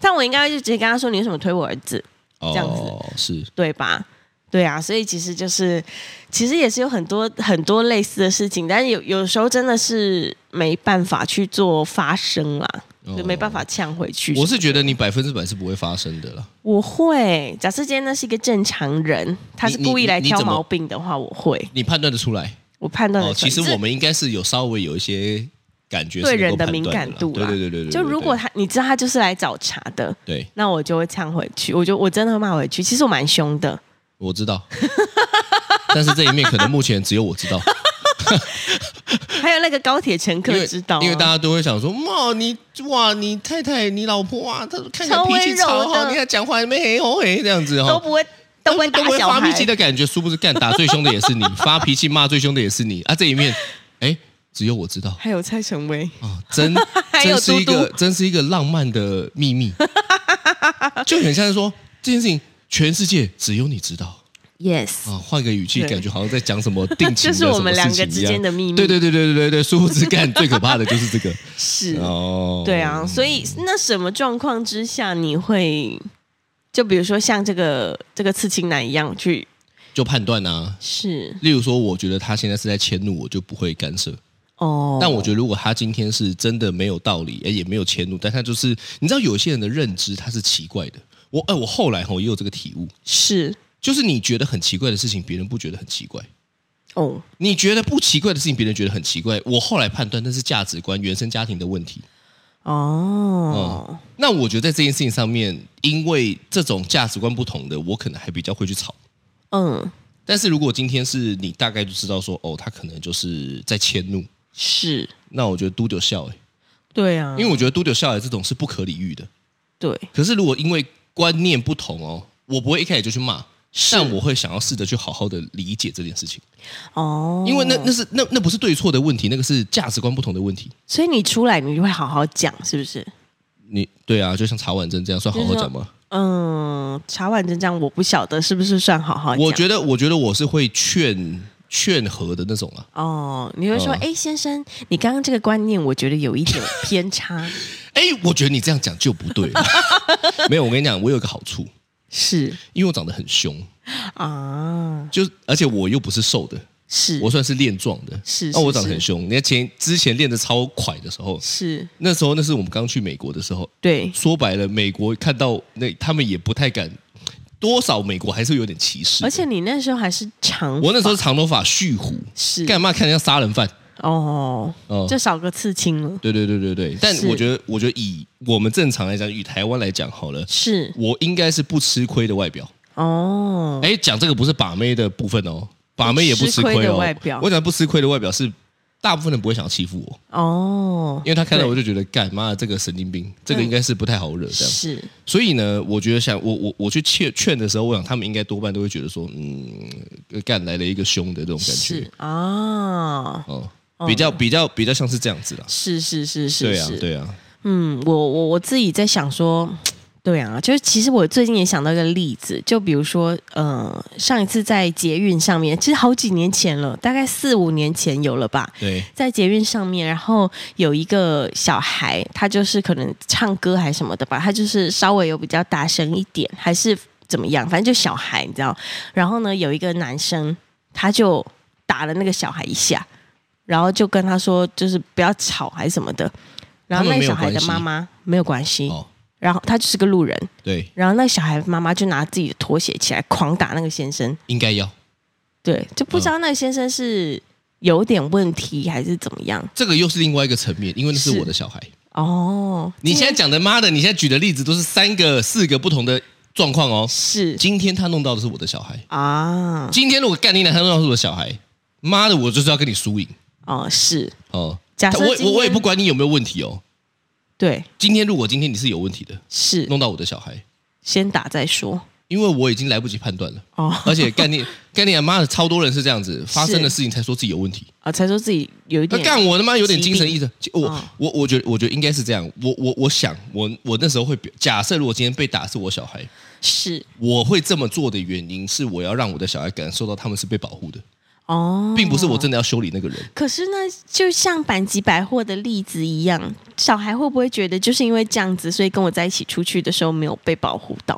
Speaker 2: 但我应该就直接跟他说：‘你为什么推我儿子？’这样子
Speaker 3: 哦，是
Speaker 2: 对吧？对啊，所以其实就是，其实也是有很多很多类似的事情，但是有有时候真的是没办法去做发声啦，
Speaker 3: 哦
Speaker 2: 就没办法呛回去。
Speaker 3: 我是觉得你百分之百是不会发生的了。
Speaker 2: 我会，假设今天那是一个正常人，他是
Speaker 3: 你你
Speaker 2: 故意来
Speaker 3: 你
Speaker 2: 挑
Speaker 3: 怎么
Speaker 2: 毛病的话，我会，
Speaker 3: 你判断得出来
Speaker 2: 我判断
Speaker 3: 哦
Speaker 2: 得。出
Speaker 3: 其
Speaker 2: 来。
Speaker 3: 实
Speaker 2: 这
Speaker 3: 我们应该是有稍微有一些感觉是
Speaker 2: 对
Speaker 3: 能
Speaker 2: 人
Speaker 3: 够
Speaker 2: 的
Speaker 3: 判
Speaker 2: 敏
Speaker 3: 断
Speaker 2: 感
Speaker 3: 啦
Speaker 2: 度
Speaker 3: 对
Speaker 2: 啦，
Speaker 3: 对对对对。
Speaker 2: 就
Speaker 3: 对
Speaker 2: 如果
Speaker 3: 对
Speaker 2: 他你知道他就是来找茬的，
Speaker 3: 对
Speaker 2: 那我就会呛回去，我就我真的会骂回去。其实我蛮凶的，
Speaker 3: 我知道， 但是这一面可能目前只有 我知道，
Speaker 2: 还有那个高铁乘
Speaker 3: 因
Speaker 2: 客
Speaker 3: 为
Speaker 2: 知道啊、
Speaker 3: 因为大家都会想说，哇，你哇，你太太，你老婆哇，她看起来
Speaker 2: 超
Speaker 3: 脾
Speaker 2: 温
Speaker 3: 气超
Speaker 2: 柔的
Speaker 3: 好，你看讲话还没嘿哦嘿这样子
Speaker 2: 都
Speaker 3: 哦。
Speaker 2: 不会都不会
Speaker 3: 都
Speaker 2: 打
Speaker 3: 不会
Speaker 2: 小
Speaker 3: 发
Speaker 2: 孩
Speaker 3: 脾气的感觉，殊不知干打最凶的也是你，发脾气骂最凶的也是你啊！这一面，哎，只有我 知道
Speaker 2: 还有蔡成威，
Speaker 3: 啊，真
Speaker 2: 还有
Speaker 3: 真是一
Speaker 2: 嘟
Speaker 3: 个
Speaker 2: 嘟
Speaker 3: 真是一个浪漫的 秘密，就很像是说这件事情全世界只有你知道
Speaker 2: Yes，
Speaker 3: 啊！换个语气，
Speaker 2: 对
Speaker 3: 感觉好像在讲什么定情
Speaker 2: 这
Speaker 3: 的
Speaker 2: 是
Speaker 3: 什么
Speaker 2: 我们两
Speaker 3: 事
Speaker 2: 个
Speaker 3: 情
Speaker 2: 之
Speaker 3: 一样
Speaker 2: 间的秘密。
Speaker 3: 对对对对对对对，殊不知干最可怕的就是 这个
Speaker 2: 是，
Speaker 3: 哦。
Speaker 2: 对啊。所以那什么状况之下你会，就比如说像这个这个刺青男一样去
Speaker 3: 就判断啊。
Speaker 2: 是
Speaker 3: 例如说，我觉得他现在是在迁怒，我就不会干涉。
Speaker 2: 哦，
Speaker 3: 但我觉得，如果他今天是真的没有道理，哎，也没有迁怒，但他就是，你知道，有些人的认知他是奇怪的。我哎，我后来吼也有这个体悟，
Speaker 2: 是
Speaker 3: 就是你觉得很奇怪的事情，别人不觉得很奇怪；
Speaker 2: 哦
Speaker 3: 你觉得不奇怪的事情，别人觉得很奇怪。我后来判断那是价值观、原生家庭的问题。
Speaker 2: 哦
Speaker 3: 哦，那我觉得在这件事情上面，因为这种价值观不同的，我可能还比较会去吵。
Speaker 2: 嗯，
Speaker 3: 但是如果今天是你大概就知道说，哦，他可能就是在迁怒，
Speaker 2: 是，
Speaker 3: 那我觉得嘟丢笑哎、
Speaker 2: 对啊，
Speaker 3: 因为我觉得嘟丢笑哎这种是不可理喻的。
Speaker 2: 对
Speaker 3: 可是如果因为观念不同哦，我不会一开始就去骂，但我会想要试着去好好的理解这件事情，
Speaker 2: 哦，
Speaker 3: 因为那那是那那不是对错的问题，那个是价值观不同的问题。
Speaker 2: 所以你出来你就会好好讲，是不是？
Speaker 3: 你对啊，就像茶碗蒸这样算好好讲吗？
Speaker 2: 嗯，茶碗蒸这样我不晓得是不是算好好讲。
Speaker 3: 我觉得，我觉得我是会劝劝和的那种啊。
Speaker 2: 哦，你会说，
Speaker 3: 嗯
Speaker 2: 哎、先生，你刚刚这个观念，我觉得有一点偏差。
Speaker 3: 哎，我觉得你这样讲就不对了。 没有，我跟你讲，我有个好处，
Speaker 2: 是
Speaker 3: 因为我长得很凶，
Speaker 2: 啊，
Speaker 3: 就是而且我又不是瘦的，
Speaker 2: 是，
Speaker 3: 我算是练壮的。
Speaker 2: 是是
Speaker 3: 那我长得
Speaker 2: 是
Speaker 3: 很凶。你看前之前练的超快的时候，
Speaker 2: 是
Speaker 3: 那时候那是我们刚去美国的时候。
Speaker 2: 对，
Speaker 3: 说白了，美国看到那他们也不太敢多少美国还是有点歧视
Speaker 2: 而。且你那时候还是长发，
Speaker 3: 我那时候长头发蓄胡，
Speaker 2: 是
Speaker 3: 干嘛看人家杀人犯？
Speaker 2: 哦，
Speaker 3: 哦
Speaker 2: 就少个刺青了，
Speaker 3: 对对对对对，但
Speaker 2: 是
Speaker 3: 我觉得，我觉得以我们正常来讲，以台湾来讲好了，
Speaker 2: 是
Speaker 3: 我应该是不吃亏的外表。
Speaker 2: 哦，
Speaker 3: 哎，讲这个不是把妹的部分哦，把妹也不吃
Speaker 2: 不吃亏
Speaker 3: 亏
Speaker 2: 的
Speaker 3: 哦。
Speaker 2: 外表
Speaker 3: 我讲不吃亏的外表是大部分人不会想欺负我，
Speaker 2: 哦，
Speaker 3: 因为他看到
Speaker 2: 对嗯
Speaker 3: 我就觉得干妈的这个神经病，这个应该是不太好惹这样。
Speaker 2: 是
Speaker 3: 所以呢，我觉得想我我我去劝劝的时候，我想他们应该多半都会觉得说，嗯，干来了一个凶的这种感觉
Speaker 2: 是啊，
Speaker 3: 哦，比较比较比较像是这样子啦。
Speaker 2: 是是是是
Speaker 3: 对啊
Speaker 2: 是，，
Speaker 3: 对啊，
Speaker 2: 嗯，我我我自己在想说，对啊，就是其实我最近也想到一个例子，就比如说，呃，上一次在捷运上面，其实好几年前了，大概四五年前有了吧。
Speaker 3: 对，
Speaker 2: 在捷运上面，然后有一个小孩，他就是可能唱歌还什么的吧，他就是稍微有比较大声一点，还是怎么样，反正就小孩，你知道。然后呢，有一个男生，他就打了那个小孩一下，然后就跟他说，就是不要吵还是什么的。然后
Speaker 3: 他
Speaker 2: 那个
Speaker 3: 们没有
Speaker 2: 小孩的
Speaker 3: 关系
Speaker 2: 妈妈没有关系，
Speaker 3: 哦，
Speaker 2: 然后他就是个路人，
Speaker 3: 对，
Speaker 2: 然后那个小孩妈妈就拿自己的拖鞋起来狂打那个先生，
Speaker 3: 应该要
Speaker 2: 对，就不知道那个先生是有点问题还是怎么样。
Speaker 3: 这个又是另外一个层面，因为那是
Speaker 2: 是
Speaker 3: 我的小孩。
Speaker 2: 哦，
Speaker 3: 你现在讲的妈的，你现在举的例子都是三个、四个不同的状况哦。
Speaker 2: 是
Speaker 3: 今天他弄到的是我的小孩，
Speaker 2: 啊，
Speaker 3: 今天如果干你奶，他弄到的是我的小孩，妈的，我就是要跟你输赢
Speaker 2: 哦是，
Speaker 3: 哦。
Speaker 2: 假设
Speaker 3: 我
Speaker 2: 今天
Speaker 3: 我我也不管你有没有问题哦。
Speaker 2: 对，
Speaker 3: 今天如果今天你是有问题的，
Speaker 2: 是
Speaker 3: 弄到我的小孩，
Speaker 2: 先打再说。
Speaker 3: 因为我已经来不及判断 了。
Speaker 2: 哦，
Speaker 3: 而且干你干你妈的，超多人是这样子，发生的事情才说自己有问题。
Speaker 2: 啊，才说自己有一
Speaker 3: 他
Speaker 2: 点
Speaker 3: 干我他妈有点精神
Speaker 2: 疾
Speaker 3: 异常，我、
Speaker 2: 哦
Speaker 3: 我我觉得我觉得应该是这样。我我我想我我那时候会表假设，如果今天被打是我小孩，
Speaker 2: 是
Speaker 3: 我会这么做的原因是我要让我的小孩感受到他们是被保护的，
Speaker 2: 哦，
Speaker 3: 并不是我。真的要修理那个人。
Speaker 2: 可是呢，就像板急百货的例子一样，小孩会不会觉得就是因为这样子，所以跟我在一起出去的时候没有被保护到？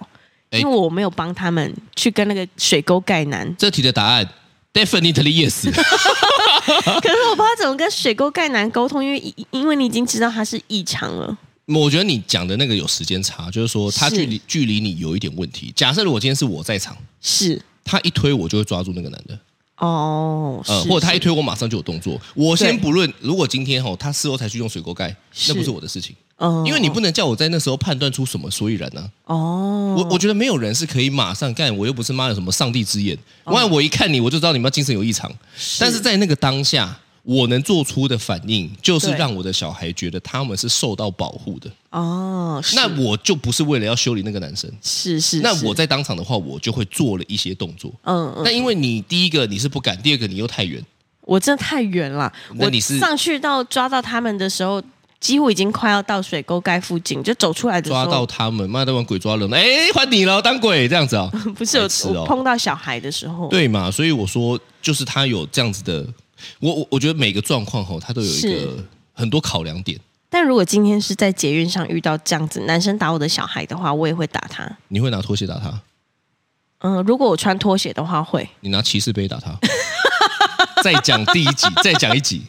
Speaker 3: 哎
Speaker 2: 因为我没有帮他们去跟那个水沟盖男，
Speaker 3: 这题的答案 definitely yes。
Speaker 2: 可是我不知道怎么跟水沟盖男沟通，因为因为你已经知道他是异常了，
Speaker 3: 我觉得你讲的那个有时间差，就是说他
Speaker 2: 是
Speaker 3: 距离距离你有一点问题。假设如果今天是我在场，
Speaker 2: 是
Speaker 3: 他一推我就会抓住那个男的，
Speaker 2: 哦，
Speaker 3: 呃，
Speaker 2: 是
Speaker 3: 或者他一
Speaker 2: 是
Speaker 3: 推我马上就有动作。我先
Speaker 2: 对
Speaker 3: 不论，如果今天哈、他事后才去用水沟盖，
Speaker 2: 是
Speaker 3: 那不是我的事情，
Speaker 2: 哦
Speaker 3: 因为你不能叫我在那时候判断出什么所以然呢、
Speaker 2: 哦，
Speaker 3: 我我觉得没有人是可以马上干，我又不是妈有什么上帝之眼，
Speaker 2: 哦
Speaker 3: 万一我一看你我就知道你们精神有异常。但是在那个当下，我能做出的反应就是
Speaker 2: 对
Speaker 3: 让我的小孩觉得他们是受到保护的。
Speaker 2: 哦，是
Speaker 3: 那我就不是为了要修理那个男生，
Speaker 2: 是是，
Speaker 3: 那
Speaker 2: 是
Speaker 3: 我在当场的话，我就会做了一些动作。
Speaker 2: 嗯嗯，
Speaker 3: 但因为你第一个你是不敢，第二个你又太远，
Speaker 2: 我真的太远了，
Speaker 3: 那
Speaker 2: 我
Speaker 3: 你是
Speaker 2: 上去到抓到他们的时候，几乎已经快要到水沟盖附近，就走出来的时
Speaker 3: 抓
Speaker 2: 候，
Speaker 3: 到他们，妈的玩鬼抓人，哎，换你了，当鬼这样子啊、
Speaker 2: 不是有、
Speaker 3: 白痴哦
Speaker 2: 我碰到小孩的时候，
Speaker 3: 对嘛？所以我说，就是他有这样子的，我我我觉得每个状况吼，他都有一个
Speaker 2: 是
Speaker 3: 很多考量点。
Speaker 2: 但如果今天是在捷运上遇到这样子男生打我的小孩的话，我也会打他。
Speaker 3: 你会拿拖鞋打他，
Speaker 2: 嗯，如果我穿拖鞋的话会，
Speaker 3: 你拿骑士杯打他。 再讲 第一集，再讲一集，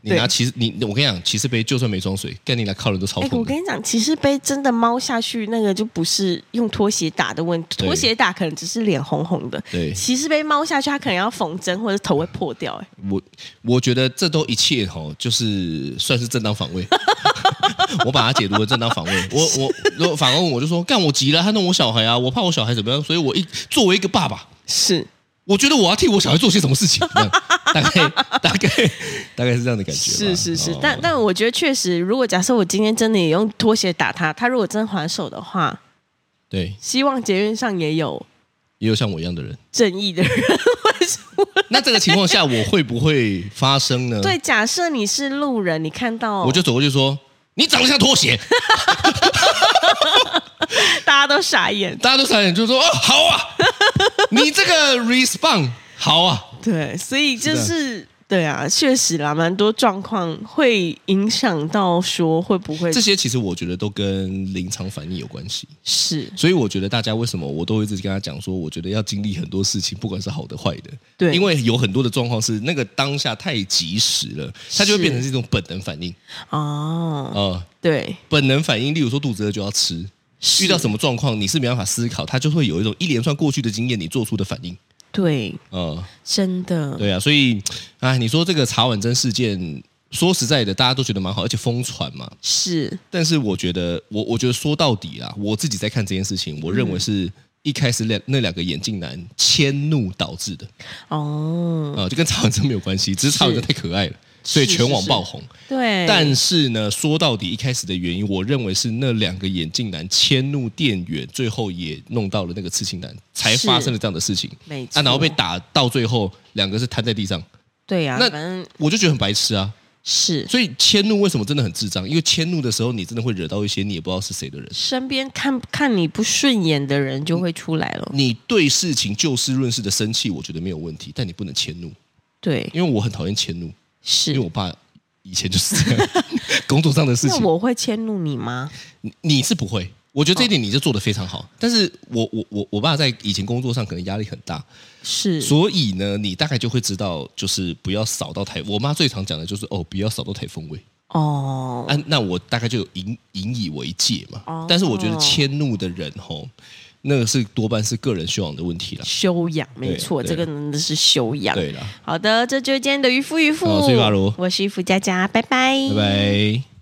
Speaker 3: 你
Speaker 2: 对
Speaker 3: 拿骑士，你我跟你讲，骑士杯就算没装水，干你拿靠人都超
Speaker 2: 哎、
Speaker 3: 痛
Speaker 2: 我
Speaker 3: 的
Speaker 2: 跟。你讲，骑士杯真的猫下去那个就不是用拖鞋打的问题，
Speaker 3: 对
Speaker 2: 拖鞋打可能只是脸红红的，
Speaker 3: 对
Speaker 2: 骑士杯猫下去，它可能要缝针或者头会破掉、哎，
Speaker 3: 我我觉得这都一切吼，就是算是正当防卫。 我把它解读为正当防卫。我我如果反问我就说，干我急了，他弄我小孩啊，我怕我小孩怎么样，所以我一作为一个爸爸，
Speaker 2: 是
Speaker 3: 我觉得我要替我小孩做些什么事情，这样 大概大概大概是这样的感觉吧。
Speaker 2: 是是是，
Speaker 3: 哦
Speaker 2: 但但我觉得确实，如果假设我今天真的也用拖鞋打他，他如果真还手的话，
Speaker 3: 对，
Speaker 2: 希望捷运上也有
Speaker 3: 也有像我一样的人。
Speaker 2: 正义的人。
Speaker 3: 嗯那这个情况下，我会不会发生 呢？
Speaker 2: 对，，假设你是路人，你看到
Speaker 3: 我就走过去说：“你长得像拖鞋。
Speaker 2: 大家都傻眼”，
Speaker 3: 大家都傻眼，就说：“哦，好啊， 你这个 response 好啊。
Speaker 2: 对，所以就是是。对啊，确实啦，蛮多状况会影响到说会不会”
Speaker 3: 这些其实我觉得都跟临场反应有关系，
Speaker 2: 是
Speaker 3: 所以我觉得大家为什么我都一直跟他讲说，我觉得要经历很多事情，不管是好的坏的，
Speaker 2: 对
Speaker 3: 因为有很多的状况是那个当下太及时了，它就会变成是一种本能反应。
Speaker 2: 哦，
Speaker 3: 呃，
Speaker 2: 对，
Speaker 3: 本能反应，例如说肚子饿就要吃，哦遇到什么状况，你是没办法思考，他就会有一种一连串过去的经验你做出的反应。
Speaker 2: 对，
Speaker 3: 嗯，
Speaker 2: 真的，
Speaker 3: 对啊，所以，哎，你说这个茶碗蒸事件，说实在的，大家都觉得蛮好，而且疯传嘛。
Speaker 2: 是
Speaker 3: 但是我觉得，我我觉得说到底啊，我自己在看这件事情，我
Speaker 2: 嗯
Speaker 3: 认为是一开始那那两个眼镜男迁怒导致的
Speaker 2: 哦，
Speaker 3: 啊、就跟茶碗蒸没有关系，只是茶碗蒸太可爱了，所以
Speaker 2: 是
Speaker 3: 全网
Speaker 2: 是哎
Speaker 3: 爆红。
Speaker 2: 对，
Speaker 3: 但是呢，说到底，一开始的原因，我认为是那两个眼镜男迁怒店员，最后也弄到了那个刺青男，才
Speaker 2: 是
Speaker 3: 发生了这样的事情。
Speaker 2: 没错，
Speaker 3: 啊，然后被打到最后，两个是瘫在地上，
Speaker 2: 对呀、
Speaker 3: 那
Speaker 2: 反正
Speaker 3: 我就觉得很白痴啊。
Speaker 2: 是
Speaker 3: 所以迁怒为什么真的很智障？因为迁怒的时候，你真的会惹到一些你也不知道是谁的人。
Speaker 2: 身边看看你不顺眼的人就会出来了，
Speaker 3: 你对事情就事论事的生气，我觉得没有问题，但你不能迁怒，
Speaker 2: 对，
Speaker 3: 因为我很讨厌迁怒，因为
Speaker 2: 是。
Speaker 3: 我爸以前就是 这样，工作上的事
Speaker 2: 那
Speaker 3: 情。
Speaker 2: 我会迁怒你吗？
Speaker 3: 你你是不会，我觉得这一
Speaker 2: 哦
Speaker 3: 点你就做得非常好。但是我我我我爸在以前工作上可能压力很大，
Speaker 2: 是，
Speaker 3: 所以呢，你大概就会知道，就是不要扫到台。我妈最常讲的就是哦，不要扫到台风尾。
Speaker 2: 哦，
Speaker 3: 啊，那我大概就有引引以为戒嘛。
Speaker 2: 哦
Speaker 3: 但是我觉得迁怒的人吼，那个是多半是个人修养的问题啦。
Speaker 2: 修养没
Speaker 3: 对
Speaker 2: 错，
Speaker 3: 对
Speaker 2: 这个真的是修养。
Speaker 3: 对啦，
Speaker 2: 好的，这就是今天的渔夫渔夫，
Speaker 3: 好我是渔夫阿罗
Speaker 2: 我是渔夫佳佳，拜拜，
Speaker 3: 拜拜。